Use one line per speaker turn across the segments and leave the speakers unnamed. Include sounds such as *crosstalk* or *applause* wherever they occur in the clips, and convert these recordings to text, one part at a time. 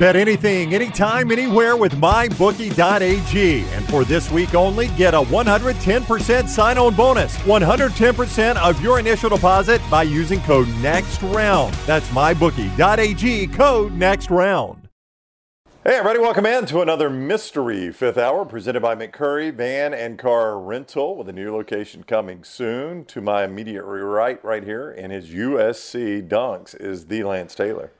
Bet anything, anytime, anywhere with mybookie.ag. And for this week only, get a 110% sign on bonus. 110% of your initial deposit by using code NEXTROUND. That's mybookie.ag, code NEXTROUND. Hey, everybody, welcome in to another Mystery Fifth Hour presented by McCurry Van and Car Rental with a new location coming soon. To my immediate right, right here in his USC dunks, is the Lance Taylor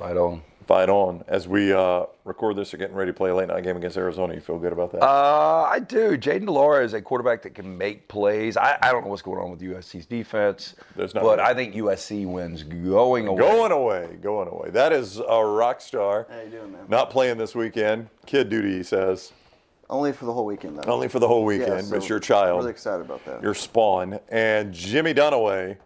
Right on.
fight on as we uh, record this are getting ready to play a late night game against arizona you feel good about that
Uh, I do. Jaden Delora is a quarterback that can make plays. I, I don't know what's going on with USC's defense,
There's not
but
really-
I think USC wins going away.
going away going away that is a rock star
How you doing, man?
not playing this weekend kid duty he says
Only for the whole weekend, though.
only for the whole weekend
Yeah, so
but your child
Really excited about that.
your spawn and jimmy dunaway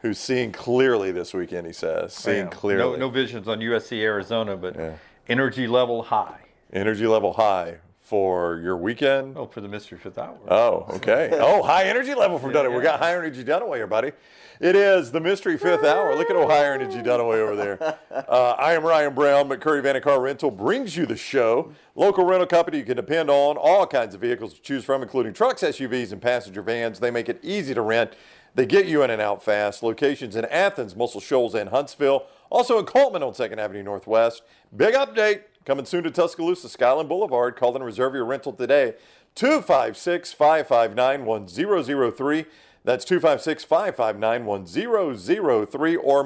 who's seeing clearly this weekend he says seeing
Yeah.
clearly
No, no visions on USC Arizona, but
Yeah.
energy level high.
energy level high for your weekend
Oh, for the mystery fifth hour.
Oh, okay. Oh, high energy level from Dunaway. We got high energy Dunaway here, buddy. It is the mystery fifth hour. Look at old high energy Dunaway over there. Uh, I am Ryan Brown. McCurry Van and Car Rental brings you the show. Local rental company you can depend on. All kinds of vehicles to choose from, including trucks, SUVs, and passenger vans. They make it easy to rent. They get you in and out fast. Locations in Athens, Muscle Shoals, and Huntsville. Also in Coltman on 2nd Avenue Northwest. Big update coming soon to Tuscaloosa, Skyland Boulevard. Call and reserve your rental today. 256 559 1003. That's 256 559 1003 or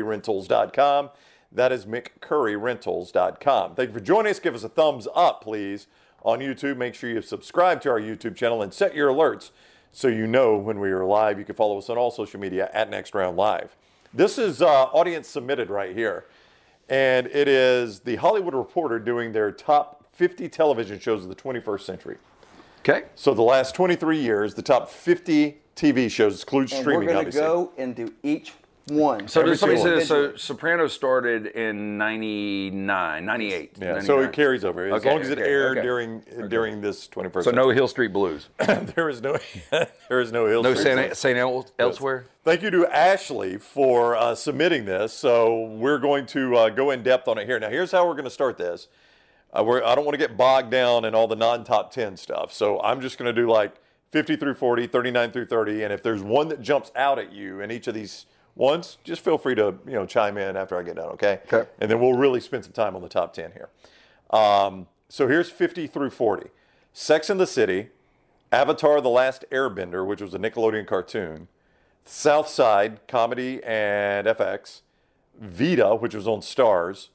McCurryRentals.com. That is McCurryRentals.com. Thank you for joining us. Give us a thumbs up, please, on YouTube. Make sure you subscribe to our YouTube channel and set your alerts so you know when we are live. You can follow us on all social media at Next Round Live. This is uh, audience submitted right here and it is the Hollywood Reporter doing their top 50 television shows of the 21st century.
Okay.
So the last 23 years, the top 50 TV shows, excludes
and
streaming,
we're gonna
obviously.
go and do each one.
So
Every
does somebody
single
say
one.
this, so Sopranos started in 99, 98.
Yeah, so it carries over as
Okay,
long as it
okay,
aired
okay.
during during this 21st.
So no Hill Street Blues.
century. *laughs* there is no there is no Hill
No
Street.
St. St. El- Elsewhere.
Thank you to Ashley for uh, submitting this. So we're going to uh, go in depth on it here. Now, here's how we're going to start this. Uh, we're, I don't want to get bogged down in all the non top 10 stuff. So I'm just going to do like 50 through 40, 39 through 30. And if there's one that jumps out at you in each of these ones, just feel free to you know chime in after I get done, okay?
Okay.
And then we'll really spend some time on the top 10 here. Um, so here's 50 through 40 Sex in the City, Avatar The Last Airbender, which was a Nickelodeon cartoon. South Side Comedy and FX, Vita, which was on Stars,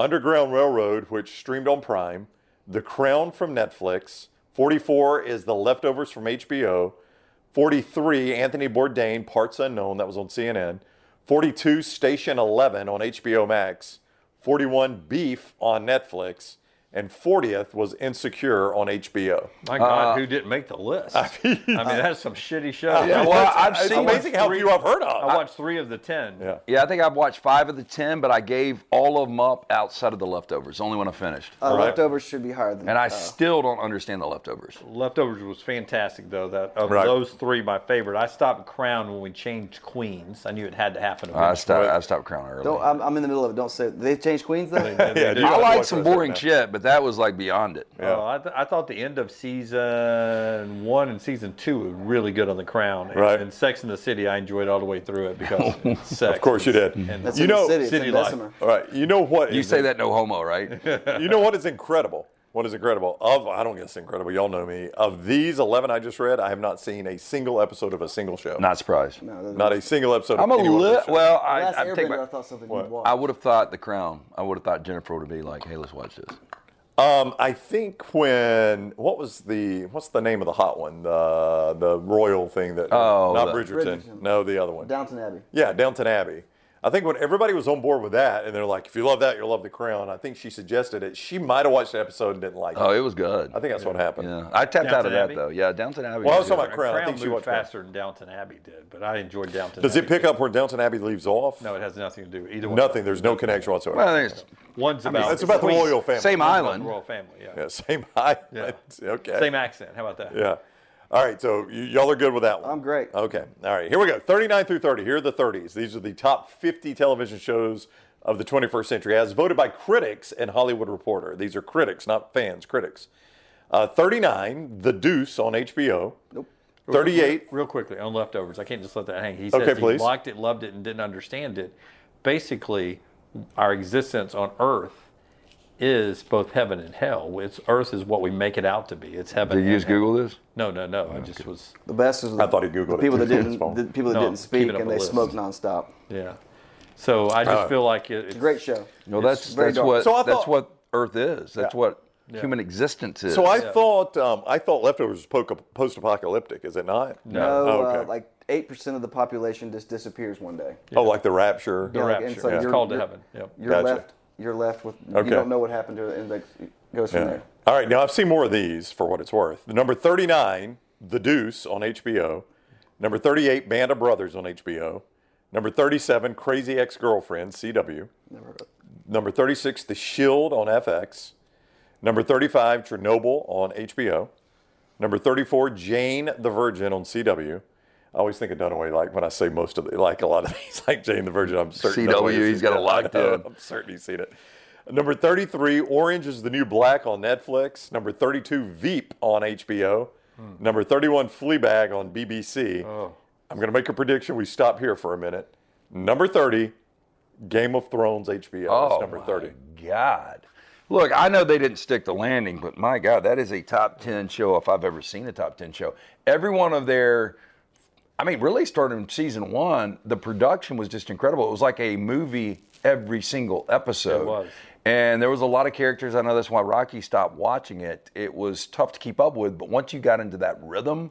Underground Railroad, which streamed on Prime, The Crown from Netflix, 44 is The Leftovers from HBO, 43 Anthony Bourdain, Parts Unknown, that was on CNN, 42 Station 11 on HBO Max, 41 Beef on Netflix, and 40th was Insecure on HBO.
My
Uh,
God, who didn't make
*laughs*
the list? I mean, that's some shitty show.
Yeah, well, I've
it's
seen
amazing how few I've heard of.
I watched three of the ten.
Yeah.
Yeah, I think I've watched five of the 10, but I gave all of them up outside of the leftovers. Only when I finished.
Uh,
right.
Leftovers should be higher than.
and I
uh,
still don't understand the leftovers.
Leftovers was fantastic though. That of
Right.
those three, my favorite. I stopped Crown when we changed Queens. I knew it had to happen.
I
eventually.
stopped, I stopped Crown early.
don't, I'm, I'm in the middle of it. Don't say they changed Queens though.
They- they
Yeah,
did.
you
I
gotta
like
watch
some
those right
boring
now.
shit, but that was like beyond it.
Yeah.
Oh, I, th- I thought the end of season one and season two were really good on The Crown. And,
Right.
And Sex in the City, I enjoyed all the way through it because it's sex.
*laughs* Of course you did.
And
That's
You
in
know,
the city. *laughs* It's
city
in
life.
Bessemer.
All right. You know what?
You
is
say
in-
that no homo, right?
*laughs* You know what is incredible? What is incredible? Of I don't guess incredible. Y'all know me. Of these eleven I just read, I have not seen a single episode of a single show.
Not surprised.
Not a single episode.
I'm a
of any one of
little.
those shows.
Well, I,
Last
I,
Airbender,
take my,
I thought something
What?
you'd watch.
I would have thought The Crown. I would have thought Jennifer would be like, "Hey, let's watch this."
Um, I think when what was the what's the name of the hot one? The the royal thing that.
Oh,
not
the-
Bridgerton.
Bridgerton.
No, the other one.
Downton Abbey.
yeah, Downton Abbey. I think when everybody was on board with that, and they're like, "If you love that, you'll love The Crown." I think she suggested it. She might have watched the episode and didn't like
Oh,
it.
it was good.
I think that's what happened.
Yeah, I tapped out of
Downton
that
Abbey?
though. Yeah, Downton Abbey.
Well, I
was
was talking
good.
about
The
Crown. I think she
moved
watched Crown.
faster than Downton Abbey did, but I enjoyed Downton
Does
Abbey.
it pick up where Downton Abbey leaves off?
No, it has nothing to do with either one.
Nothing. There's no connection whatsoever.
Well, I think it's
One's about,
it's about the
Queen's-
royal family.
same
one's about
island.
the royal family, yeah.
Yeah, same *laughs* height.
Yeah.
okay.
Same accent. How about that?
Yeah. All right. So y- y'all are good with that one.
I'm great.
Okay. All right. Here we go. 39 through 30. Here are the 30s. These are the top 50 television shows of the 21st century, as voted by critics and Hollywood Reporter. These are critics, not fans, critics. Uh, 39, The Deuce on HBO. Nope. 38,
Real quickly on leftovers, I can't just let that hang. He says
Okay,
he
please.
liked it, loved it, and didn't understand it. Basically, our existence on Earth is both heaven and hell. It's Earth is what we make it out to be. It's heaven.
Did you
and
just
hell.
Google this?
No, no, no. I just was.
The best is the,
I thought he Googled
the
it
people that
too, on his
didn't
phone.
the people that
No,
didn't
keep
speak
it up
and
a
they
list.
smoked nonstop.
Yeah. So I
Oh.
just feel like it, it's
Great show.
No, that's
very
that's
dark.
what
So I
that's
thought-
what Earth is. That's
Yeah.
what human existence is.
So I thought um, I thought leftovers was post apocalyptic. Is it not?
No,
Oh, okay.
uh, like eight percent of the population just disappears one day.
Oh, like the rapture.
The
Yeah, like,
rapture.
it's like
It's
you're-
called to
you're-
heaven. Yep.
You're
Gotcha.
left. You're left with.
Okay.
You don't know what happened to it, and like it goes from
Yeah.
there.
All right. Now I've seen more of these for what it's worth. Number thirty-nine, The Deuce on HBO. Number thirty-eight, Band of Brothers on HBO. Number thirty-seven, Crazy Ex-Girlfriend CW. Number thirty-six, The Shield on FX. Number thirty-five, Chernobyl on HBO. Number 34, Jane the Virgin on CW. I always think of Dunaway, like when I say most of the, like a lot of *laughs* these, like Jane the Virgin, I'm certain.
CW,
Dunaway has
he's
seen
got it
that.
locked
I know,
in.
I'm certain he's seen it. Number 33, Orange is the New Black on Netflix. Number 32, Veep on HBO.
Hmm.
Number 31, Fleabag on BBC.
Oh.
I'm going to make a prediction. We stop here for a minute. Number 30, Game of Thrones HBO. That's
Oh,
number
my
30.
God. Look, I know they didn't stick the landing, but my God, that is a top 10 show if I've ever seen a top 10 show. Every one of their, I mean, really starting season one, the production was just incredible. It was like a movie every single episode.
It was.
And there was a lot of characters. I know that's why Rocky stopped watching it. It was tough to keep up with, but once you got into that rhythm,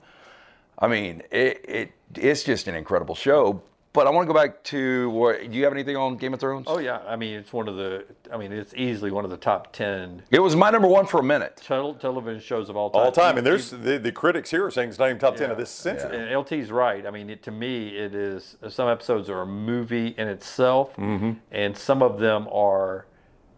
I mean, it, it it's just an incredible show. But I want to go back to what, do you have anything on Game of Thrones?
Oh yeah. I mean, it's one of the. I mean, it's easily one of the top ten
It was my number one for a minute.
tel- television shows of all time.
All time.
You-
And there's the, the critics here are saying it's not even top 10 of this century.
And LT's right. I mean, it, to me, it is some episodes are a movie in itself, and some of them are,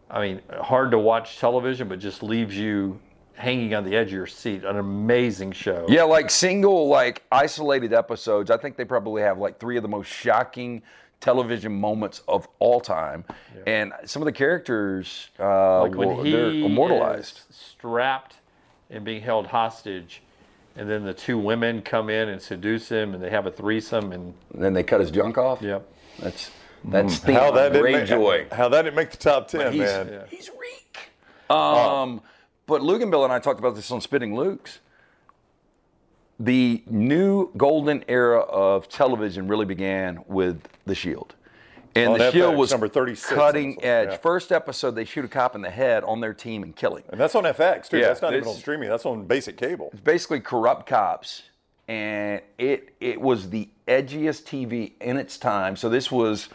I mean, hard to watch television, but just leaves you hanging on the edge of your seat. An amazing show.
Yeah, like single, like isolated episodes. I think they probably have like three of the most shocking television moments of all time, and some of the characters uh,
like when
were-
he
they're immortalized.
is strapped and being held hostage, and then the two women come in and seduce him, and they have a threesome, and
And then they cut his junk off.
yep.
that's that's mm,
How that didn't make,
Greyjoy.
How that didn't make the top ten,
he's,
man.
he's reek. Um, but Luke and Bill and I talked about this on Spitting Luke's. The new golden era of television really began with The Shield. And
On
The Shield
FX,
was
number 36 or
cutting
something,
edge.
yeah.
First episode, they shoot a cop in the head on their team and kill him.
And that's on FX too.
Yeah,
that's not even
this-
on streaming. That's on basic cable.
Basically, corrupt cops. And it, it was the edgiest TV in its time. So this was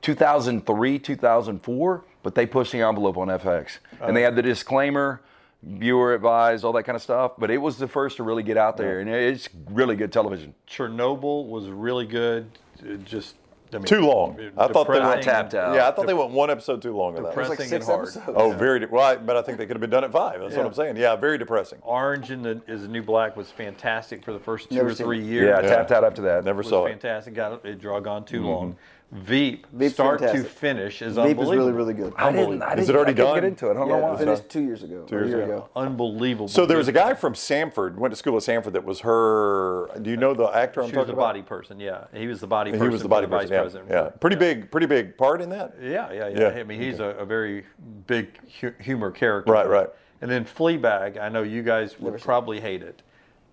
2003, 2004, but they pushed the envelope on FX. and they had the disclaimer, viewer advised, all that kind of stuff. But it was the first to really get out there. And it's really good television.
Chernobyl was really good. It just I mean,
Too long. I thought they were
depressing.
tapped out.
Yeah, I thought they went one episode too long on that.
It was like
Pressing
six
it hard.
episodes.
Oh, very de- well, I- but I think they could have been done at five. That's what I'm saying. Yeah, very depressing.
Orange and the, is the New Black was fantastic for the first two
Never
or
seen
three
it.
years.
Yeah, I
Yeah.
tapped out after that.
Never
was
saw it. Mm-hmm.
fantastic. Got it drug on too long. Veep,
Veep's
start to
fantastic.
finish is
Veep is
unbelievable.
really, really good.
I didn't, I
Is it
didn't- I
already
couldn't
done?
get into it. I don't
Yeah,
know
it
why.
was finished two years ago. or a
years
year
ago.
ago.
unbelievable.
So there was a guy from Samford, went to school at Samford, that was her. Do you know the actor I'm
She was
talking
the
about?
body person. Yeah, he was the body.
He
person
was the
for
body
vice
person. Yeah,
president.
yeah. pretty big, pretty big part in that.
Yeah, yeah, yeah.
Yeah.
I mean, he's a, a very big hu- humor character.
Right, right.
And then Fleabag, I know you guys would probably hate it,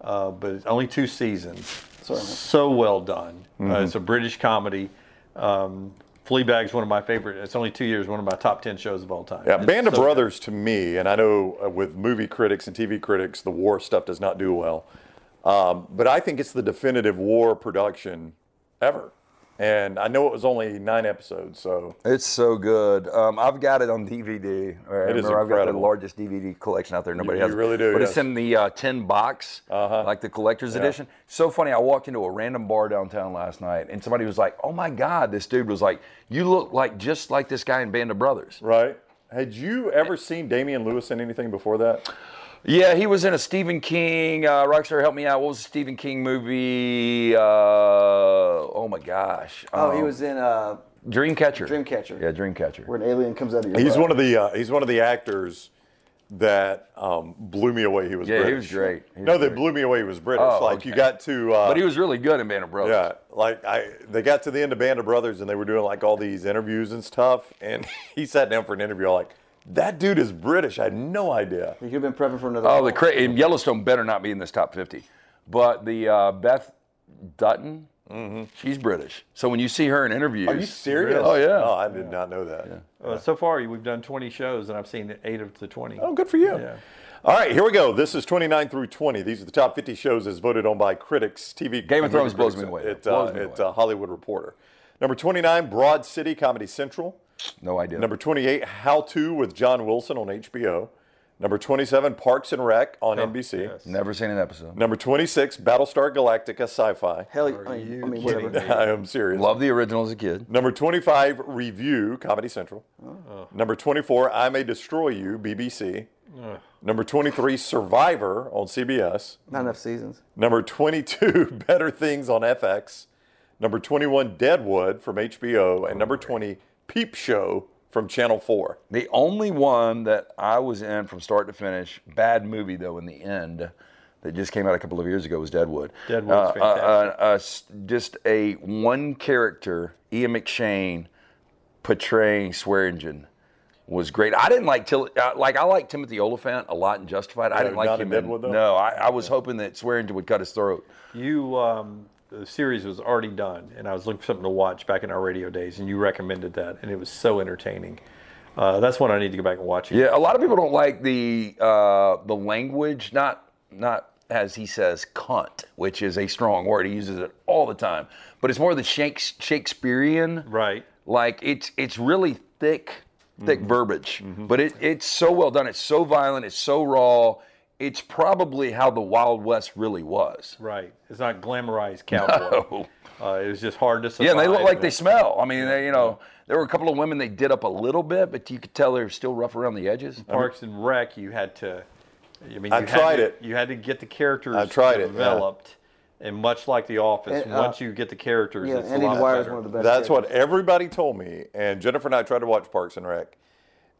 uh, but it's only two seasons.
Sorry, man.
so well done.
Mm-hmm.
Uh, it's a British comedy. Um, Fleabag's one of my favorite. It's only two years, one of my top ten shows of all time.
Yeah,
It's
Band of
so good.
Brothers to me, and I know uh, with movie critics and TV critics, the war stuff does not do well. Um, but I think it's the definitive war production ever. And I know it was only nine episodes, so
It's so good. Um, I've got it on DVD. I Uh, remember
is
I've got the
incredible.
largest DVD collection out there. Nobody
You-
has.
you
it.
really do,
But
yes.
it's in the uh, tin box, like the collector's edition. So funny. I walked into a random bar downtown last night, and somebody was like, "Oh my God!" This dude was like, "You look like just like this guy in Band of Brothers."
right. Had you ever seen Damian Lewis in anything before that?
Yeah, he was in a Stephen King. Uh, Rockstar, help me out. What was the Stephen King movie? Uh, oh my gosh.
Oh,
Um,
he was in uh,
Dreamcatcher.
Dreamcatcher.
Yeah, Dreamcatcher.
Where an alien comes out of your.
He's
butt.
one of the uh, he's one of the actors that um, blew me away. He was
Yeah, he
British.
was great. He was
no, that
great.
blew me away. He was British.
Oh,
like you got to. Uh,
But he was really good in Band of Brothers.
yeah, like I, they got to the end of Band of Brothers and they were doing like all these interviews and stuff. And *laughs* he sat down for an interview. I'm like, that dude is British. I had no idea.
He could have been prepping for another.
Oh, the cra- and Yellowstone better not be in this top 50. But the uh, Beth Dutton, she's British. So when you see her in interviews,
Mm-hmm. Are you serious?
Oh yeah.
Oh, I did not know that.
Uh, so far, we've done 20 shows, and I've seen eight of the 20.
Oh, good for you.
Yeah.
All right, here we go. This is 29 through 20. These are the top 50 shows as voted on by critics. TV
Game of Thrones
movie
blows
critics
me away.
At, uh,
Blows me
at,
away.
uh, Hollywood Reporter. Number 29, Broad City Comedy Central.
no idea.
Number 28, How To with John Wilson on HBO. Number 27, Parks and Rec
Oh,
on NBC.
yes.
Never seen an episode.
Number 26, Battlestar Galactica Sci-Fi.
hell, I mean, I mean
*laughs*
whatever.
I am serious.
Love the original as a kid.
Number 25, Review, Comedy Central. Number 24, I May Destroy You, BBC. Number 23, Survivor on CBS.
Not enough seasons.
Number 22, *laughs* Better Things on FX. Number 21, Deadwood from HBO. And number 20, Peep Show from Channel 4.
The only one that I was in from start to finish, bad movie though in the end, that just came out a couple of years ago was Deadwood.
Deadwood's
Uh, uh, uh, uh, s- just a one character, Ian McShane, portraying Swearingen was great. I didn't like Till, uh, like I like Timothy Oliphant a lot in Justified. I didn't like
not in
him
Deadwood, though?
no, I, I was hoping that Swearingen would cut his throat.
You, um, the series was already done, and I was looking for something to watch back in our radio days, and you recommended that, and it was so entertaining. Uh, that's one I need to go back and watch. again.
Yeah, a lot of people don't like the uh, the language, not not as he says cunt, which is a strong word. He uses it all the time, but it's more the Shakes- Shakespearean.
Right.
Like it's it's really thick thick verbiage, but it it's so well done. It's so violent. It's so raw. It's probably how the Wild West really was.
Right. It's not glamorized cowboy. Uh, it was just hard to survive.
Yeah, and they look like they
and-
smell. I mean, they, you know, there were a couple of women they did up a little bit, but you could tell they were still rough around the edges.
Parks and Rec, you had to. I mean,
I
you
tried
had to,
it.
You had to get the characters
I tried it, yeah.
developed, and much like The Office,
And, uh,
once you get the characters,
Yeah,
it's
Andy
a lot
Dwyer is
better.
one of the best.
That's
characters.
what everybody told me. And Jennifer and I tried to watch Parks and Rec.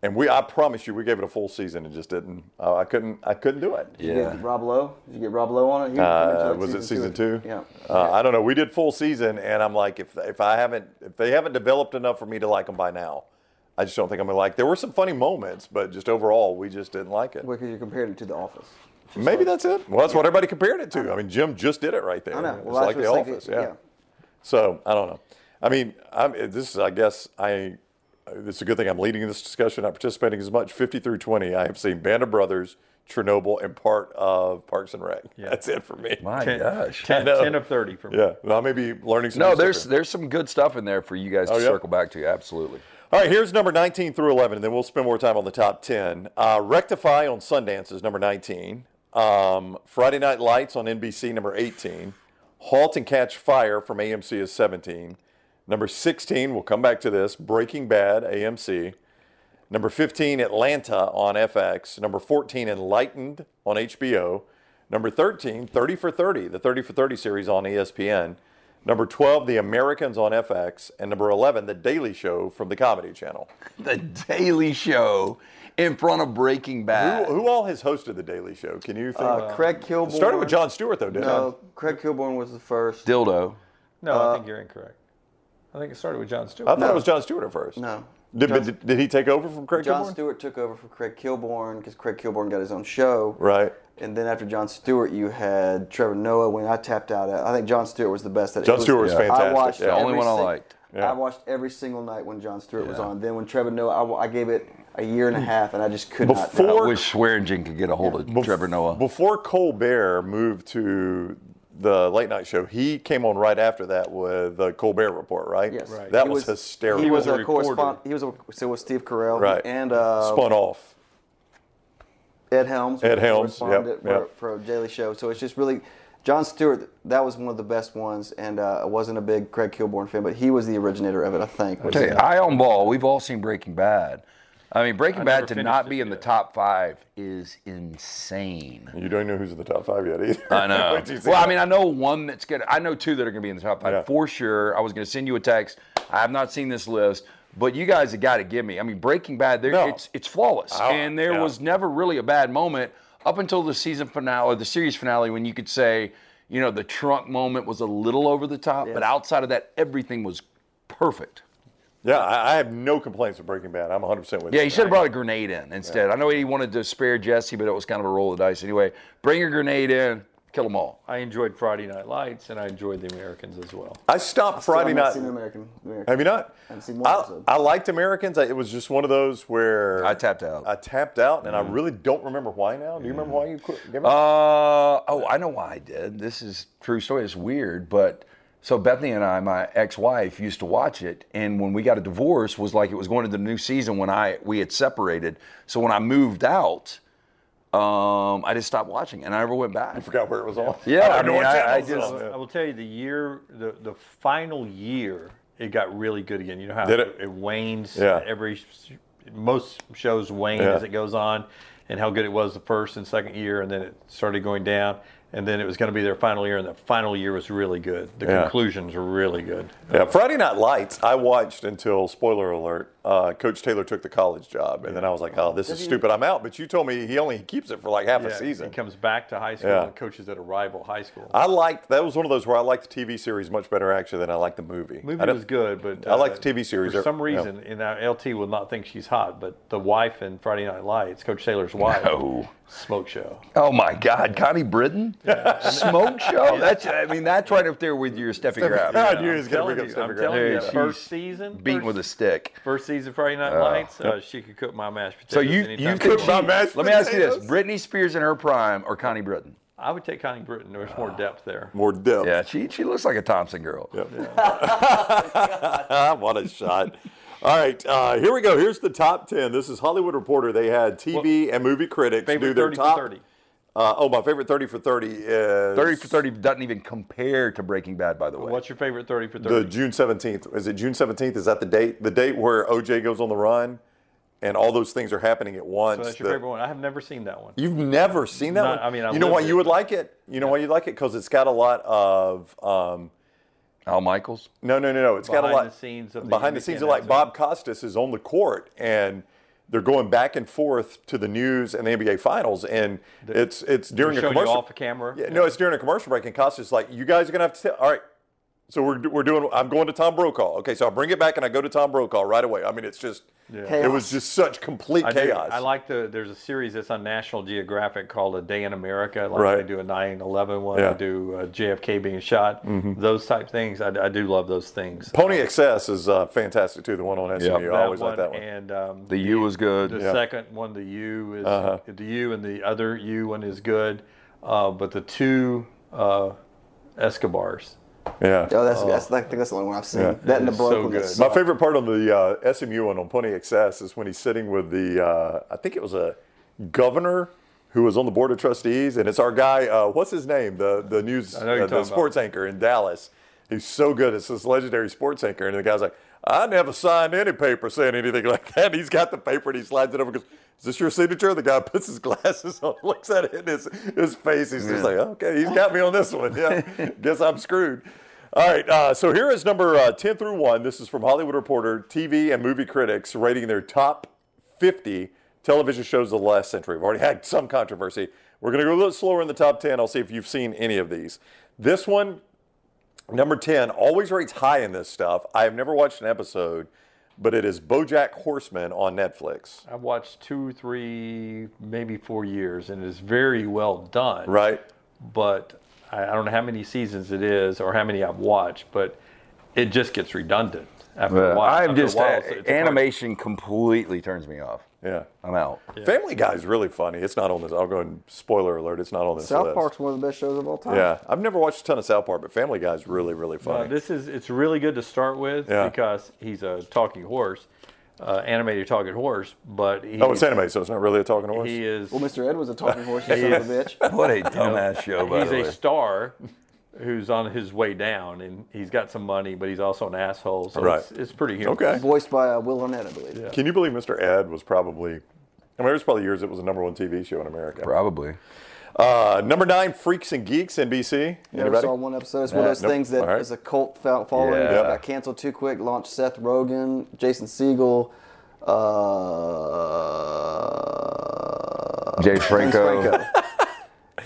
And we, I promise you, we gave it a full season and just didn't. Uh, I couldn't. I couldn't do it.
Did you get Rob Lowe? Did you get Rob Lowe on it? He-
Uh,
like
was it season two?
Yeah.
Uh, I don't know. We did full season, and I'm like, if if I haven't, if they haven't developed enough for me to like them by now, I just don't think I'm gonna like. There were some funny moments, but just overall, we just didn't like it.
Because you compared it to The Office.
Maybe that's it. Well, that's what everybody compared it to. I mean, Jim just did it right there.
I know.
It's
Well,
like
that's
The
what it's like,
Office,
it-
yeah.
yeah.
So I don't know. I mean, I'm, eh, this is, I guess, I. It's a good thing I'm leading this discussion, not participating as much. 50 through 20, I have seen Band of Brothers, Chernobyl, and part of Parks and Rec.
Yeah.
That's it for me.
My
Ten-
gosh.
10,
know.
10 of 30 for me.
Yeah, well, I may be learning some.
No,
stuff
there's
here.
there's some good stuff in there for you guys to
Oh, yeah?
circle back to. Absolutely.
All right, here's number 19 through 11, and then we'll spend more time on the top 10. Uh, Rectify on Sundance is number 19. Um, Friday Night Lights on NBC, number 18. Halt and Catch Fire from AMC is 17. Number 16, we'll come back to this Breaking Bad, AMC. Number 15, Atlanta on FX. Number 14, Enlightened on HBO. Number 13, 30 for 30, the 30 for 30 series on E ESPN. Number 12, The Americans on FX. And number 11, The Daily Show from the Comedy Channel.
The Daily Show in front of Breaking
Who,
Bad.
who all has hosted The Daily Show? Can you think?
Uh, Craig Kilborn.
it started with John Stewart, though, didn't
No, Craig Kilborn was the first.
Dildo.
No,
Uh,
I think you're incorrect. I think it started with John
it? I
Stewart.
thought it was John Stewart at first.
No.
Did, but did, did he take over from Craig
John
Kilborn?
Stewart took over for Craig Kilborn because Craig Kilborn got his own show.
Right.
And then after John Stewart, you had Trevor Noah. When I tapped out, I think John Stewart was the best. That it
Jon Stewart was fantastic,
I watched
yeah. The
only
every
one I
sing-
liked.
Yeah.
I watched every single night when John Stewart was on. Then when Trevor Noah, I wa- I, gave it a year and a half, and I just could not.
Hmm. Before-
I wish Swearingen could get a hold of
Bef-
Trevor Noah.
Before Colbert moved to the late night show, he came on right after that with the Colbert Report, right?
Yes. Right.
That
He
was,
was-
hysterical.
He was,
was a
a
reporter.
correspondent. He was a, so was Steve Carell
right.
and uh,
spun off.
Ed Helms.
Ed
was a
Helms, yep,
correspondent for,
yep.
for Daily Show. So it's just really John Stewart. That was one of the best ones, and uh, I wasn't a big Craig Kilborn fan, but he was the originator of it, I think.
Tell you, eye on ball. We've all seen Breaking Bad. I mean, Breaking Bad
never
to
finished
not
it
be in the
yet.
top five is insane.
You don't know who's in the top five yet either. *laughs*
I know.
Wait till you see
well, I
that.
mean, I know one that's good. I know two that are going to be in the top five
Yeah.
for sure. I was going to send you a text. I have not seen this list, but you guys have got to give me. I mean, Breaking Bad, there
No.
it's it's flawless,
I-
and there
yeah.
was never really a bad moment up until the season finale, the series finale, when you could say, you know, the trunk moment was a little over the top, but outside of that, everything was perfect.
yeah, I, I have no complaints with Breaking Bad. I'm 100 percent with
Yeah,
you.
he should have brought a grenade in instead. I know he wanted to spare Jesse, but it was kind of a roll of the dice anyway. Bring a grenade in, kill them all.
I enjoyed Friday Night Lights, and I enjoyed The Americans as well.
I stopped Friday
I've
night.
not seen American. American.
Have you not?
I haven't seen one
I,
episode.
I liked Americans. I, it was just one of those where
I tapped out. Mm.
I tapped out, and I really don't remember why now. Do you remember why you quit? Gave up?
Uh, oh, I know why I did. This is a true story. It's weird, but so Bethany and I, my ex-wife, used to watch it, and when we got a divorce, was like it was going into the new season when I we had separated. So when I moved out, um, I just stopped watching, and I never went back.
forgot where it was on.
Yeah,
*laughs* I,
I
don't know
mean,
what
I-
channel
I
it's
just-
on.
I will tell you the year, the, the final year, it got really good again. You know how
Did
it?
it?
wanes
Yeah.
every sh- most shows wane
Yeah.
as it goes on, and how good it was the first and second year, and then it started going down, and then it was going to be their final year, and the final year was really good. The
Yeah.
conclusions were really good.
Yeah, Friday Night Lights. I watched until spoiler alert. Uh, Coach Taylor took the college job, and then I was like, "Oh, this is stupid. I'm out." But you told me he only keeps it for like half a
Yeah,
season.
He comes back to high school
Yeah.
and coaches at a rival high school.
I liked that was one of those where I liked the TV series much better actually than I liked the movie. I
movie
don't-
was good, but uh,
I like the TV series.
For some
Yeah.
reason, and now LT will not think she's hot, but the wife in Friday Night Lights, Coach Taylor's wife,
No.
smoke show.
*laughs* Oh my God, Connie Britton, smoke show. That's I mean that's right up there with your Steffi Graf.
*laughs* I knew he was going to
telling
bring up
you,
Steffi
I'm
Graf.
telling you,
Yeah,
that
she's
first season,
Beaten
first,
with a stick.
first season Friday Night Lights, uh, she could cook my mashed
So
potatoes.
you
anytime.
you could
Cook my mashed
Let me ask you this:
potatoes.
Britney Spears in her prime or Connie Britton?
I would take Connie Britton. There's more
Ah.
depth there.
More depth. *laughs*
Yeah, she she looks like a Thompson girl.
Ah, what a shot. *laughs* All right, uh, here we go. Here's the top 10. This is Hollywood Reporter. They had TV and movie critics do
Favorite
their
30 for
top.
30.
Uh, oh, my favorite 30 for 30 is
30 for 30 doesn't even compare to Breaking Bad, by the way.
What's your favorite 30 for 30?
the June 17th. Is it June 17th? Is that the date? The date where OJ goes on the run and all those things are happening at once.
so that's your
The-
favorite one. I have never seen that one.
You've never seen that
No,
one?
I mean, I
you know why
lived
you
it,
would
but-
like it? You know why you like it? Because it's got a lot of. Um,
Al Michaels?
No, no, no, no. It's got a
Behind
lot
the scenes of the
behind the scenes.
weekend
Like
episode.
Bob Costas is on the court, and they're going back and forth to the news and the NBA Finals, and it's it's during a
showing you
commercial.
off the camera.
Yeah, no, it's during a commercial break, and Costas is like, "You guys are gonna have to tell." All right, so we're we're doing. I'm going to Tom Brokaw. Okay, so I bring it back and I go to Tom Brokaw right away. I mean, it's just it was just such complete
I do.
chaos.
I like the. There's a series that's on National Geographic called A Day in America. Like
Right.
They do a 9/11 one.
Yeah. Mm-hmm.
They do uh, JFK being shot. Those type things. I, I do love those things.
Pony Excess is uh, fantastic too. The one on SMU,
Yep.
I always like that one.
And um,
The U was good.
the second one, the U is
Uh-huh.
the U, and the other U one is good. Uh, but the two uh, Escobars.
yeah.
Oh, that's, that's I think that's the only one I've seen. That and the
It's
broke
so
one.
good.
that's-
My favorite part on the uh, SMU one on Pony Excess is when he's sitting with the, uh, I think it was a governor who was on the board of trustees, and it's our guy, uh, what's his name, the the news,
know who
uh,
you're
the
talking
sports anchor in Dallas. He's so good. It's this legendary sports anchor, and the guy's like, I never signed any paper saying anything *laughs* like that. He's got the paper and he slides it over. and Goes, is this your signature? The guy *laughs* puts his glasses on, *laughs* looks at it in his, his face. He's just like, okay, he's got me on this one.
*laughs*
Yeah, guess I'm screwed. All right, uh, so here is number uh, 10 through 1. This is from Hollywood Reporter, TV and movie critics rating their top 50 television shows of the last century. We've already had some controversy. We're going to go a little slower in the top 10. I'll see if you've seen any of these. This one, number 10, always rates high in this stuff. I have never watched an episode, but it is Bojack Horseman on Netflix.
I've watched two, three, maybe four years, and it's very well done.
Right?
but I, I don't know how many seasons it is or how many I've watched, but it just gets redundant after a
Uh,
while.
I'm
After a
just,
while,
uh,
it's- it's hard-
animation completely turns me off.
Yeah.
I'm
*laughs*
out.
Family Guy is really funny. It's not on this. I'll go and spoiler alert. It's not on this
South
list.
Park's one of the best shows of all time.
Yeah, I've never watched a ton of South Park, but Family Guy is really, really
Uh,
funny.
this is it's really good to start with
Yeah.
because he's a talking horse, uh, animated talking horse, but he,
oh, it's anime, so it's not really a talking horse.
he
*laughs*
is *laughs*
Well, Mr. Ed was a talking horse, you son of a bitch.
What a dumbass show, Oh, by
he's
the way.
a star. who's on his way down, and he's got some money, but he's also an asshole. So
Right.
it's, it's pretty humorous.
Okay.
Voiced by uh, Will Arnett, I believe.
Can you believe Mr. Ed was probably, I mean, it was probably years it was the number one TV show in America.
Probably.
Uh, number nine, Freaks and Geeks, NBC.
Never
Anybody?
saw one episode. It's one of those
nope.
things that
All right.
is a cult fo- following
Yeah.
that got canceled too quick. Launched Seth Rogen, Jason Segel, uh,
Jay
James
Franco.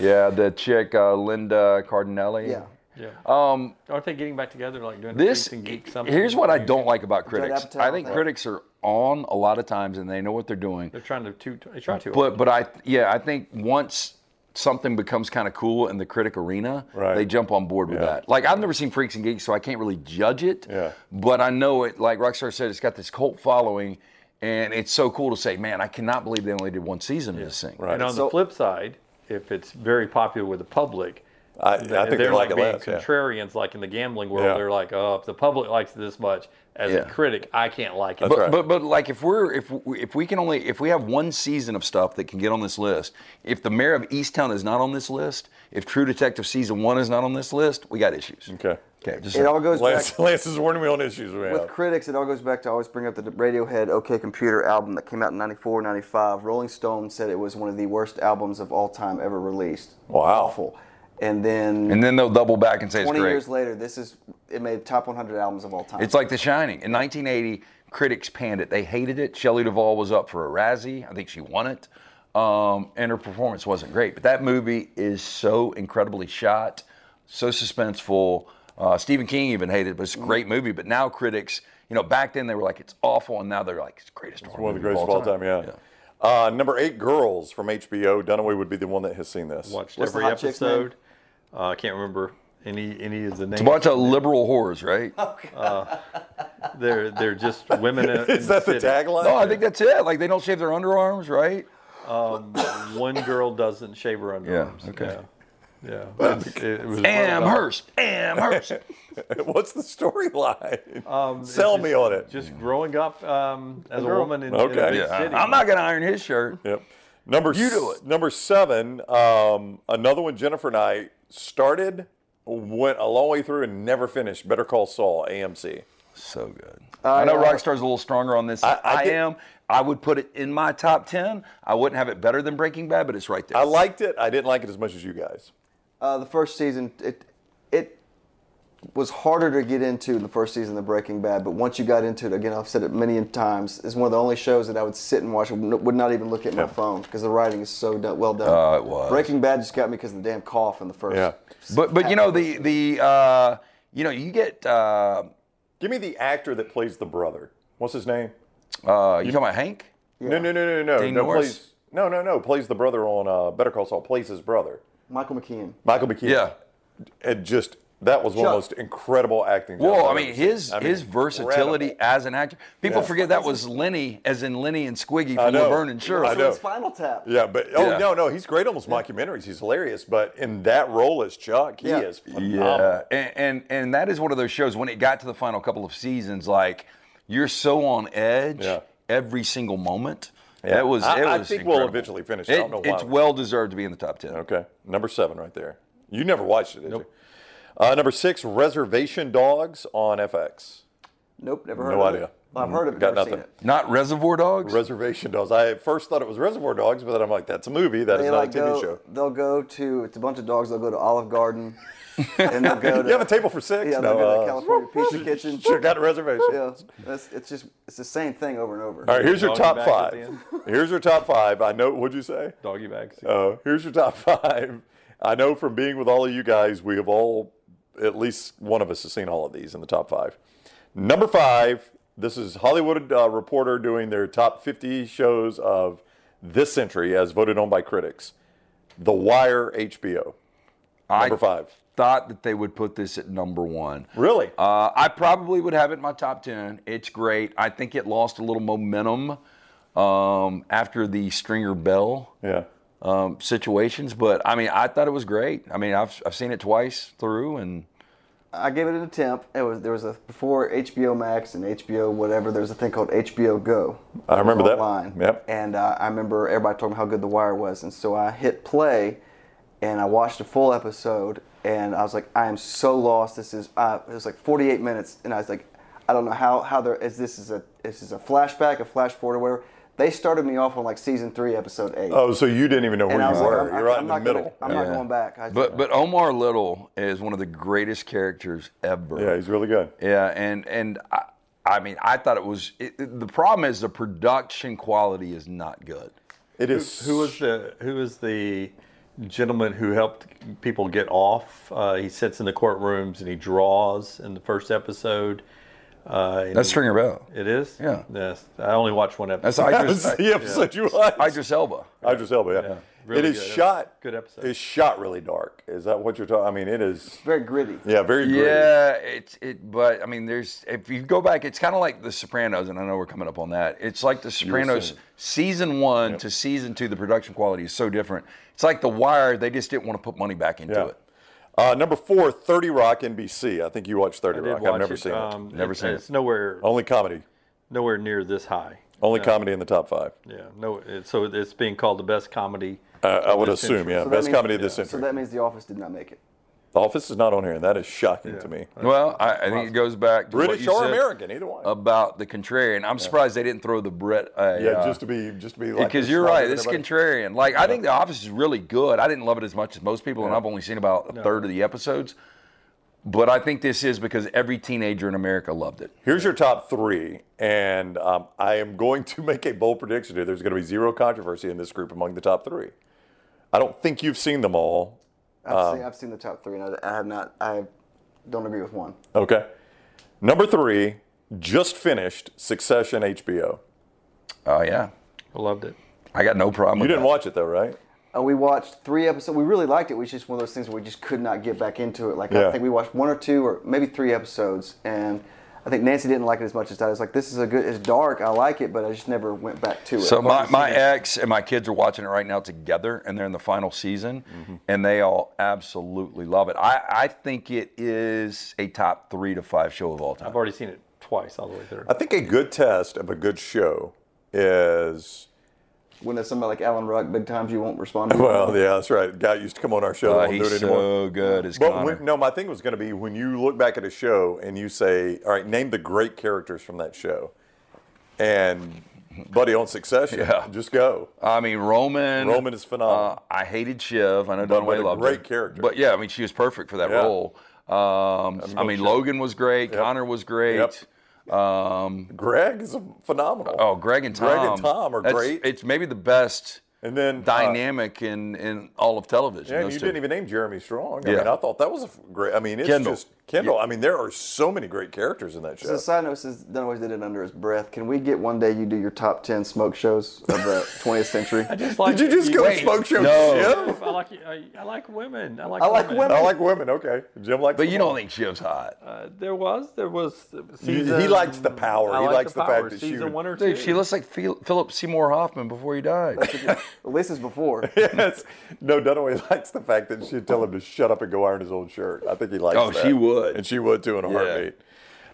yeah, the chick uh, Linda Cardinelli. *laughs*
Yeah.
Yeah.
Um,
Aren't they getting back together, like doing
this
a Freaks and geek something?
here's what I don't like about critics.
Apatow
I think
thing.
critics are on a lot of times and they know what they're doing.
They're trying to too. They try to.
But but I yeah I think once something becomes kind of cool in the critic arena,
Right.
they jump on board with
Yeah.
that. Like I've never seen Freaks and Geeks, so I can't really judge it.
Yeah.
But I know it. Like Rockstar said, it's got this cult following, and it's so cool to say, man, I cannot believe they only did one season of this thing.
Right.
and on
So-
the flip side, if it's very popular with the public,
I, I think
they're,
they
like,
like it
being
less. yeah.
contrarians, like in the gambling world.
Yeah.
They're like, oh, if the public likes this much, as
Yeah.
a critic, I can't like it.
That's right.
But but like if we're if we- if we can only if we have one season of stuff that can get on this list, if the mayor of Easttown is not on this list, if True Detective season one is not on this list, we got issues.
Okay.
Okay. Just
It all goes
Lance,
back
Lance is warning me on issues we
with
have.
critics. It all goes back to I always bring up the Radiohead "OK Computer" album that came out in '94, '95. Rolling Stone said it was one of the worst albums of all time ever released.
Wow.
Awful. And then
and then they'll double back and say it's
20
great.
years later, this is it made top 100 albums of all time.
It's like The Shining. In 1980, critics panned it. They hated it. Shelley Duvall was up for a Razzie. I think she won it. Um, and her performance wasn't great. But that movie is so incredibly shot, so suspenseful. Uh, Stephen King even hated it, but
Mm-hmm.
it's a great movie. But now critics, you know, back then they were like, it's awful. And now they're like, it's the greatest horror
One of the
movie
greatest of all time, yeah. Uh, number eight, Girls from HBO. Dunaway would be the one that has seen this.
Watched
What's the
every
hot chick's name?
episode. Uh, I can't remember any any of the
It's
names.
a bunch of liberal
*laughs*
whores, right? No,
They're they're just women. In,
*laughs*
in
Is that the
city.
tagline?
I think that's it. Like they don't shave their underarms, right?
One girl doesn't shave her underarms.
okay.
Yeah. yeah. It's- It was
Amherst,
*laughs*
Amherst.
*laughs* What's the storyline? Sell me on it.
Um, Just growing up um, as a,
girl.
woman in, in
Okay.
a big
Yeah.
city.
I'm not gonna iron his shirt.
Yep. Number
You do it.
Number seven. Um, another one. Jennifer and I started, went a long way through, and never finished. Better Call Saul, AMC.
So good. I know
I-
Rockstar's a little stronger on this. I,
uh, I- I did-
am. I would put it in my top ten. I wouldn't have it better than Breaking Bad, but it's right there.
I liked it. I didn't like it as much as you guys.
uh, the first season, it it was harder to get into in the first season than Breaking Bad, but once you got into it, again, I've said it many times, it's one of the only shows that I would sit and watch and would not even look at my phone because the writing is so done, well done.
Oh, it was.
Breaking Bad just got me because of the damn cough in the first.
Uh, Yeah.
but but you know the the uh, you know you get uh,
Give me the actor that plays the brother. What's his name?
uh, you talking about Hank?
No, no, no, no, no.
Dean
no,
Norris?
plays, no, no, no. Plays the brother on uh, Better Call Saul. Plays his brother,
Michael McKean.
Michael McKean.
Yeah.
It just that was one of the most
Chuck.
incredible acting. jobs
Well,
I've
I
ever
mean
seen.
his
I mean,
his versatility
incredible.
as an actor. People
Yeah.
forget that was Lenny, as in Lenny and Squiggy
I
from
know.
Laverne and Shirley.
I know.
Spinal Tap.
Yeah, but oh
Yeah.
no, no, he's great on those mockumentaries. He's hilarious, but in that role as Chuck, he
Yeah.
is phenomenal.
Yeah, and, and and that is one of those shows. When it got to the final couple of seasons, like you're so on edge
Yeah.
every single moment.
Yeah.
It was.
I-
it
I
was
think we'll
incredible.
eventually finish it. I
It,
don't know why.
It's well deserved to be in the top ten.
Okay, number seven right there. You never watched it, did you? Uh, number six, Reservation Dogs on FX.
Nope, never heard
No
of it.
idea.
I've heard of it,
Got
never seen
nothing.
it.
Not Reservoir Dogs.
Reservation Dogs. I at first thought it was Reservoir Dogs, but then I'm like, that's a movie. That is
They
not
like
a TV
go,
show.
they'll go to it's a bunch of dogs. They'll go to Olive Garden, and they'll go to
*laughs* You have a table for six?
yeah, they'll
no,
go to
uh, *laughs*
California Pizza Kitchen.
Sure, got a reservation.
Yeah, that's, it's just it's the same thing over and over.
All right, here's your
Doggy
top
bags at
five. Here's your top five. I know. What'd you say?
Doggy bags.
Uh, here's your top *laughs* five. I know from being with all of you guys, we have all, at least one of us has seen all of these in the top five. Number five, this is Hollywood uh, Reporter doing their top 50 shows of this century as voted on by critics. The Wire HBO,
I
number five.
thought that they would put this at number one.
Really?
Uh, I probably would have it in my top 10. It's great. I think it lost a little momentum um, after the Stringer Bell
yeah.
um, situations, but I mean, I thought it was great. I mean, I've, I've seen it twice through, and
I gave it an attempt. It was there was a before HBO Max and HBO whatever. There was a thing called HBO Go.
I remember that.
Online.
Yep.
And uh, I remember everybody talking how good The Wire was, and so I hit play, and I watched a full episode, and I was like, I am so lost. This is uh, it was like 48 minutes, and I was like, I don't know how how there is this is a this is a flashback, a flash forward, or whatever. They started me off on like season three, episode eight.
Oh, so you didn't even know where
and I
you
was like,
were.
I'm-
You're right
I'm
in the
not
middle.
Gonna, I'm not going back. I,
But but Omar Little is one of the greatest characters ever.
yeah, he's really good.
Yeah, and and I, I mean, I thought it was. It, it- the problem is the production quality is not good.
It is. *laughs*
Who was the who was the gentleman who helped people get off? Uh, he sits in the courtrooms and he draws in the first episode. Uh, and
That's
he-
Stringer Bell.
It is.
Yeah.
Yes. I only watched one episode.
That's
That was *laughs*
Idris,
the episode you watched.
Idris Elba.
Idris Elba. Yeah.
really
it is
good.
shot.
Good episode.
It's shot really dark. Is that what you're talking? I mean, it is.
very gritty.
Yeah, very. gritty.
Yeah, it's it. But I mean, there's if you go back, it's kind of like The Sopranos, and I know we're coming up on that. It's like The Sopranos
saying.
season one to season two. The production quality is so different. It's like The Wire. They just didn't want to put money back into
Yeah.
it.
Uh, number four, 30 Rock NBC. I think you watched 30
I did
Rock. I've
watch
never seen it.
Um,
Never seen it.
It's nowhere
Only comedy.
nowhere near this high.
Only comedy in the top five.
Yeah. No. It, so it's being called the best comedy.
Uh, I would
this
assume,
century.
yeah.
So that
Best
means-
comedy of this
So
century.
that means The Office did not make it.
the Office is not on here, and that is shocking to me.
Well, I, I think it goes back to what
British
you
or
said
American, either one.
about the contrarian. I'm surprised they didn't throw the Brett. Uh,
yeah, just to be, just to be like.
because
the
you're
snide
right.
of
It's
everybody.
contrarian. Like I think The Office is really good. I didn't love it as much as most people, and I've only seen about a third of the episodes. But I think this is because every teenager in America loved it.
Here's your top three, and um, I am going to *laughs* make a bold prediction here. There's going to be zero controversy in this group among the top three. I don't think you've seen them all.
I've,
Um,
seen, I've seen the top three, and I, I have not. I don't agree with one.
Okay. Number three, just finished Succession HBO.
Oh yeah,
I loved it.
I got no problem.
You
with
didn't
that.
watch it though, right?
Uh, we watched three episodes. We really liked it. It was just one of those things where we just could not get back into it. Like
Yeah.
I think we watched one or two or maybe three episodes, and I think Nancy didn't like it as much as I was like, "This is a good. It's dark. I like it, but I just never went back to it."
So my,
But-
my ex and my kids are watching it right now together, and they're in the final season, and they all absolutely love it. I, I think it is a top three to five show of all time.
I've already seen it twice all the way through.
I think a good test of a good show is
when there's somebody like Alan Ruck, big times you won't respond. To
well, yeah, that's right. Guy used to come on our show.
Uh,
won't do
he's
it anymore.
so good as
But
Connor.
when, no, my thing was going to be when you look back at a show and you say, "All right, name the great characters from that show," and buddy on Succession,
Yeah.
just go.
I mean, Roman.
Roman is phenomenal.
Uh, I hated Shiv. I know Don
Oh. but
Way
a
loved
great
her.
character.
But yeah, I mean, she was perfect for that
Yeah.
role. Um, I mean, Logan was great. Connor was great. Um,
Greg is a phenomenal.
oh, Greg and Tom.
Greg and Tom are
That's-
great.
It's maybe the best
and then uh,
dynamic in, in all of television.
yeah, and
those
you
two.
didn't even name Jeremy Strong. I
Yeah.
mean, I thought that was a f- great. I mean, it's
Kendall.
just Kendall. I mean, there are so many great characters in that show.
The side note says Dunaway's did it under his breath. Can we get one day you do your top ten smoke shows of the *laughs* 20th century?
Just like-
Did you just go
Wait,
smoke show?
no.
Jim?
I like I, I like women. I like
I like
I like women. Okay, Jim likes.
But
them
you
all.
don't think Shiv's hot.
Uh, there was there was
he
season-
likes the power.
I
He
like
likes the fact
power.
that she
season
would-
one or two.
Dude, she looks like Phil- Philip Seymour Hoffman before he died.
At least it's before.
*laughs* yes. No, Dunaway likes the fact that she'd tell him to shut up and go iron his own shirt. I think he likes
Oh,
that.
she would.
And she would too in a heartbeat.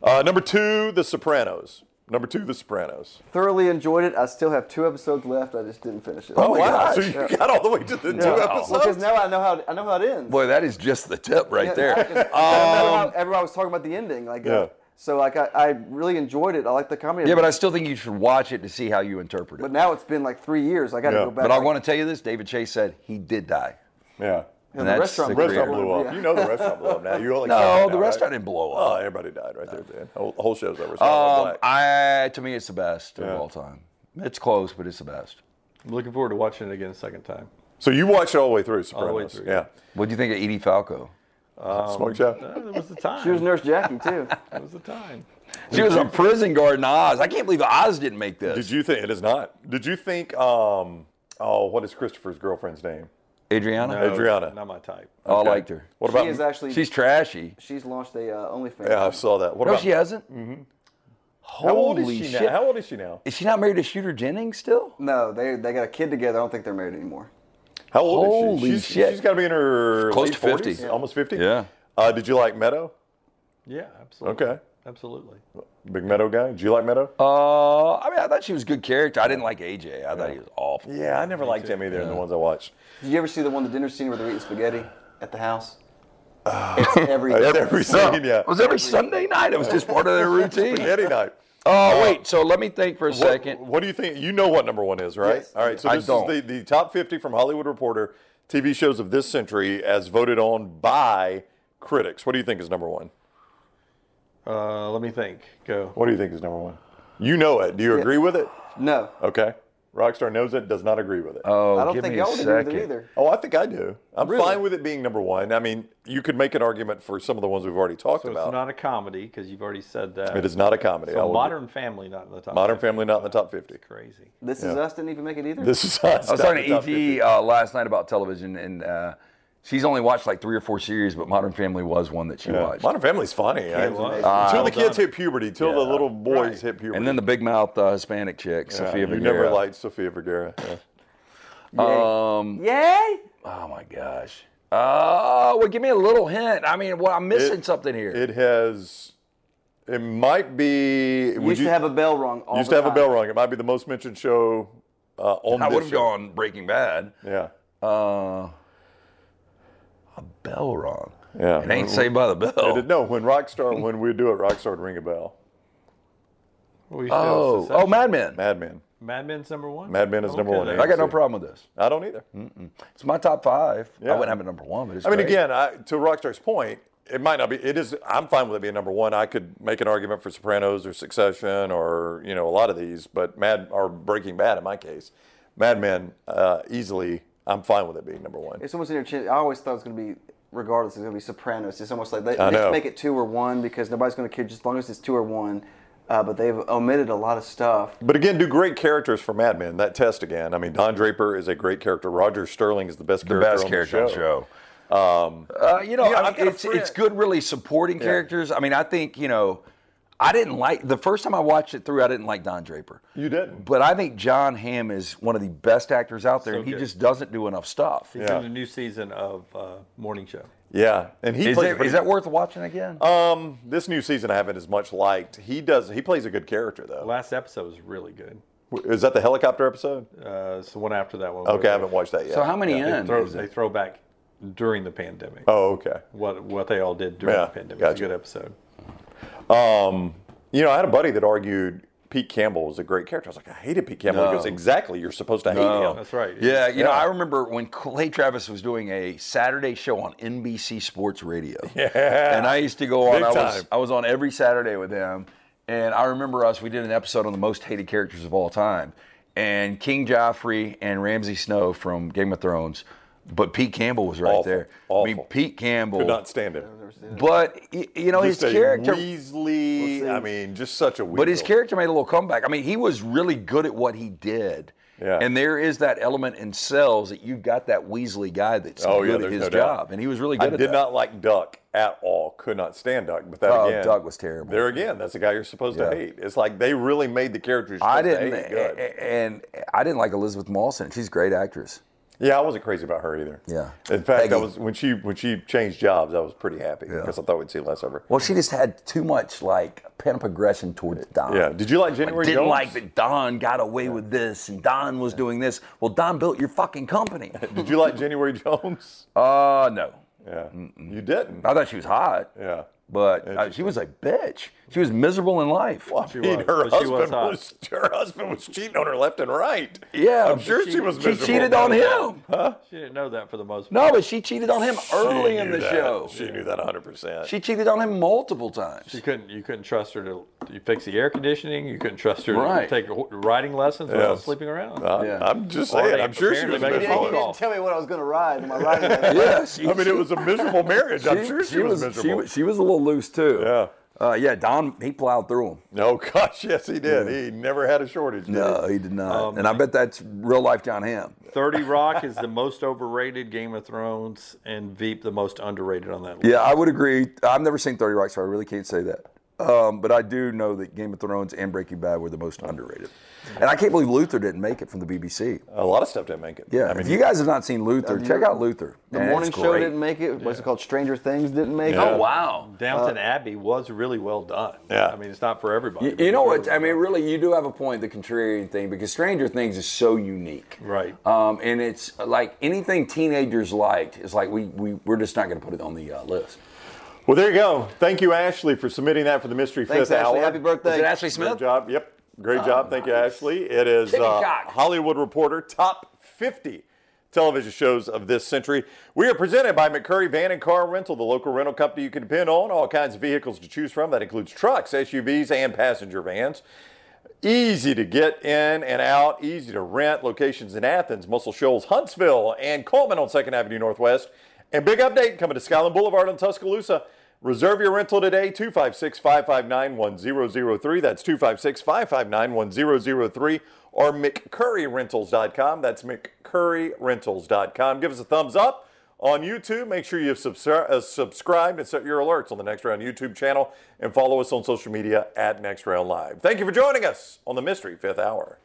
Uh, number two, The Sopranos. Number two, The Sopranos.
Thoroughly enjoyed it. I still have two episodes left. I just didn't finish it.
Oh,
my
wow.
gosh.
So you got all the way to the two
Wow.
Because
episodes?
now I know how I know how it ends.
Boy, that is just the tip right
Yeah,
there. Um,
because everyone- everyone was talking about the ending. Like, uh,
Yeah.
so like I, I really enjoyed it. I like the comedy.
Yeah,
of
but I
it.
still think you should watch it to see how you interpret it.
But now it's been like three years. I got to
Yeah.
go back.
But I want to tell you this: David Chase said he did die.
Yeah.
And
that's
the restaurant,
the
The restaurant
Yeah.
blew up. You know the restaurant blew up now. You only
No,
count it
the
now,
restaurant
right?
didn't blow
Oh,
up.
everybody died right there. Then whole, whole show's over. It's all
Um,
black.
I to me, it's the best of all time. It's close, but it's the best.
I'm looking forward to watching it again a second time.
so you watched it all the way through
the way
Sopranos.
through,
Yeah.
What do you think of Edie Falco? Um,
Smoke shop.
Uh, there was the time.
She was Nurse
*laughs*
Jackie too.
There was the time.
She was a prison guard in Oz. I can't believe Oz didn't make this.
Did you think it is not? Did you think? Um, oh, what is Christopher's girlfriend's name?
Adriana?
*laughs*
No,
Adriana.
Not my type.
Oh, I liked her.
What
she
about?
is actually
She's
she's,
trashy.
launched a uh, OnlyFans.
yeah, I saw that. What
No,
about?
she hasn't. Holy
Mm-hmm. How old is she
shit!
now? How old is she now?
Is she not married to Shooter Jennings still?
No, they they got a kid together. I don't think they're married anymore.
How old is
Holy
she? She's,
shit.
She's got to be in her
Close
late
to 50.
40s, almost 50.
Yeah.
Uh, did you like Meadow?
Yeah, absolutely.
Okay.
absolutely.
Big Meadow guy. Do you like Meadow?
Uh, I mean, I thought she was a good character. I didn't like AJ. I thought he was awful.
yeah, I never liked him either. In the ones I watched.
Did you ever see the one the dinner scene where they're eating spaghetti at the house?
Uh, *laughs*
it's every.
That's every scene. *laughs* Yeah.
It was every Sunday night. It was just part of
*laughs*
their routine.
Eddie night.
Oh, wait. So let me think for a
What-
second.
What, do you think? You know what number one is, right?
Yes.
All right. So
I
this is
don't.
the, the top 50 from Hollywood Reporter TV shows of this century as voted on by critics. What do you think is number one?
Uh, let me think. Go.
What do you think is number one? You know it. Do you agree with it?
No,
Okay. Rockstar knows it, does not agree with it.
Oh,
I don't
give
think
me a
y'all would agree with
second.
it either.
oh, I think I do. I'm fine with it being number one. I mean, you could make an argument for some of the ones we've already talked
So
about.
it's not a comedy because you've already said that.
it is not a comedy. I
So
will-
Modern Family not in the top.
Modern
50.
Family not in the top 50.
Crazy.
This is us didn't even make it either.
This is
I was talking to
E
EG uh, last night about television, and uh, she's only watched like three or four series, but Modern Family was one that she watched.
Modern Family's funny. I-
was amazing.
Till
well
the kids
done.
hit puberty, till the little boys hit puberty.
And then the big mouth uh, Hispanic chick, Sophia
you
Vergara.
never liked Sofia Vergara. yeah.
Yay.
Um,
Yay!
oh my gosh. Oh, well, give me a little hint. I mean, well, I'm missing
It-
something here.
It has. It might be.
You used to have a bell rung. All
used to
the
have a
time.
bell rung. It might be the most mentioned show uh, on
I
this
would have
show.
gone Breaking Bad.
Yeah.
Uh, a bell rung.
Yeah.
It ain't Saved by the Bell.
It- no, when Rockstar, when we do it, Rockstar would ring a bell.
We
oh,
still-
oh, Mad Men.
Mad Men.
Mad Men's number one.
oh. Mad Men is number one,
then.
yeah.
I got no
see.
problem with this.
I don't either.
It's my top five.
Yeah.
I wouldn't have it number one, but it's
I mean,
great.
again, I, to Rockstar's point, it might not be. It is. I'm fine with it being number one. I could make an argument for Sopranos or Succession or you know a lot of these, but Mad or Breaking Bad in my case, Mad Men uh, easily. I'm fine with it being number one.
It's almost in your chin. I always thought it was going to be, regardless, it's going to be Sopranos. It's almost like they,
I
they
know.
make it two or one because nobody's going to care just as long as it's two or one. Uh, but they've omitted a lot of stuff.
But again, do great characters for Mad Men. That test again. I mean, Don Draper is a great character. Roger Sterling is the best
the
character.
best
on
character on
the
the
show.
show. Uh, you know,
Yeah,
I mean,
I've got a
it's it's
friend-
good, really supporting characters. I mean, I think you know, I didn't like the first time I watched it through. I didn't like Don Draper,
You didn't.
but I think John Hamm is one of the best actors out there,
So
and he
good.
just doesn't do enough stuff.
He's
Yeah.
in the new season of uh, Morning Show.
Yeah, and he
Is,
plays.
it-
a pretty-
is that worth watching again?
um, this new season I haven't as much liked. He does. He plays a good character though.
Last episode was really good.
Is that the helicopter episode?
Uh, it's the one after that one. where
Okay, I
they
haven't watched that yet.
so how many in?
Throw,
is it?
they throw back during the pandemic.
Oh, okay.
What what they all did during
Yeah,
the pandemic. It's
gotcha.
a good episode.
Um, you know, I had a buddy that argued Pete Campbell was a great character. I was like, I hated Pete Campbell. He goes, exactly. You're supposed to hate him. *laughs*
That's right.
Yeah, you know,
Oh. Yeah.
I remember when Clay Travis was doing a Saturday show on NBC Sports Radio.
*laughs* Yeah.
And I used to go on.
Big
I was
time.
I was on every Saturday with him, and I remember us. We did an episode on the most hated characters of all time, and King Joffrey and Ramsay Snow from Game of Thrones. But Pete Campbell was right
Awful.
there. I
Awful.
mean, Pete Campbell.
Could not stand him.
but y- you know
Just
his
a
character.
Weasley. I mean, just such a weasel.
But his character made a little comeback. I mean, he was really good at what he did.
Yeah.
And there is that element in cells that you've got that Weasley guy that's
Oh, yeah,
good at
there's
his
no doubt.
job, and he was really good
I
at
did
that.
not like Duck at all. Could not stand Duck. But that
Oh,
again,
Duck was
*laughs*
terrible.
There again, that's a guy you're supposed to
Yeah.
hate. It's like they really made the characters.
I didn't, eh,
Good.
and I didn't like Elizabeth Mawson. She's a great actress.
yeah, I wasn't crazy about her either.
Yeah.
In fact, I
Peggy.
was when she when she changed jobs, I was pretty happy because I thought we'd see less of her.
Well, she just had too much like pent up aggression towards Don.
Yeah. Did you like January
Like, didn't
Jones?
like that Don got away with this, and Don was doing this. Well, Don built your
*laughs*
fucking company.
Did you like January Jones?
Uh, no,
Yeah. You didn't.
I thought she was hot,
Yeah.
but uh, she was a bitch. She was miserable in life.
Well, I
She
mean,
was,
her
but she was
husband
hot.
was, her husband was cheating on her left and right.
Yeah,
I'm
but
sure she,
she-
was.
she
miserable
cheated
about
on
that.
him.
Huh?
She didn't know that for the most part.
No, but she cheated on him early
She
in
knew
the
that.
show.
she knew that 100. percent
She cheated on him multiple times.
You couldn't you couldn't trust her to you fix the air conditioning. You couldn't trust her
Right.
to take ho- riding lessons without
Yes.
sleeping around.
I,
Yeah.
I'm just
Or
saying.
they
I'm sure she was
apparently make
You
a
miserable.
phone
didn't
call.
tell me what I was going to
*laughs*
ride. Am I riding?
*laughs*
that?
yeah, she,
I mean, it was a miserable marriage. I'm sure she, was,
She,
miserable.
was- she was a little loose too.
Yeah.
Uh, yeah, Don he plowed through him.
oh *laughs* gosh, yes, he did. He never had a shortage. Did
No, he did not.
um,
and I bet that's real life John Hamm.
30 Rock is the most overrated, Game of Thrones, and Veep the most underrated on that list.
Yeah, I would agree. I've never seen Thirty Rock, so I really can't say that. Um, but I do know that Game of Thrones and Breaking Bad were the most underrated. And I can't believe Luther didn't make it from the BBC.
A lot of stuff didn't make it.
Yeah,
I mean,
if you guys have not seen Luther, check out Luther.
The
Man, it's
morning show
great.
didn't make it. What's it called? Stranger Things didn't make
Yeah.
it.
Oh wow!
Downton Abbey was really well done.
Yeah.
I mean, it's not for everybody.
Uh, You,
but
you know
it's
what?
really
I mean, really, you do have a point. The contrarian thing, because Stranger Things is so unique,
Right.
Um, and it's like anything teenagers liked is like we we we're just not going to put it on the uh, list.
well, there you go. Thank you, Ashley, for submitting that for the Mystery
Thanks,
Fifth
Ashley.
Hour.
Happy birthday.
Is it Ashley
Great
Smith?
job. Yep. Great job. Thank you, Ashley. It is uh,
Shinnecock.
Hollywood Reporter Top 50 Television Shows of This Century. We are presented by McCurry Van and Car Rental, the local rental company you can depend on. All kinds of vehicles to choose from. That includes trucks, SUVs, and passenger vans. Easy to get in and out, easy to rent. Locations in Athens, Muscle Shoals, Huntsville, and Coleman on 2nd Avenue Northwest. And big update coming to Skyland Boulevard in Tuscaloosa. Reserve your rental today, 256 559 1003. That's 256 559 1003 or McCurryRentals.com. That's McCurryRentals.com. Give us a thumbs up on YouTube. Make sure you've subscri- uh, subscribed and set your alerts on the Next Round YouTube channel and follow us on social media at Next Round Live. Thank you for joining us on the Mystery Fifth Hour.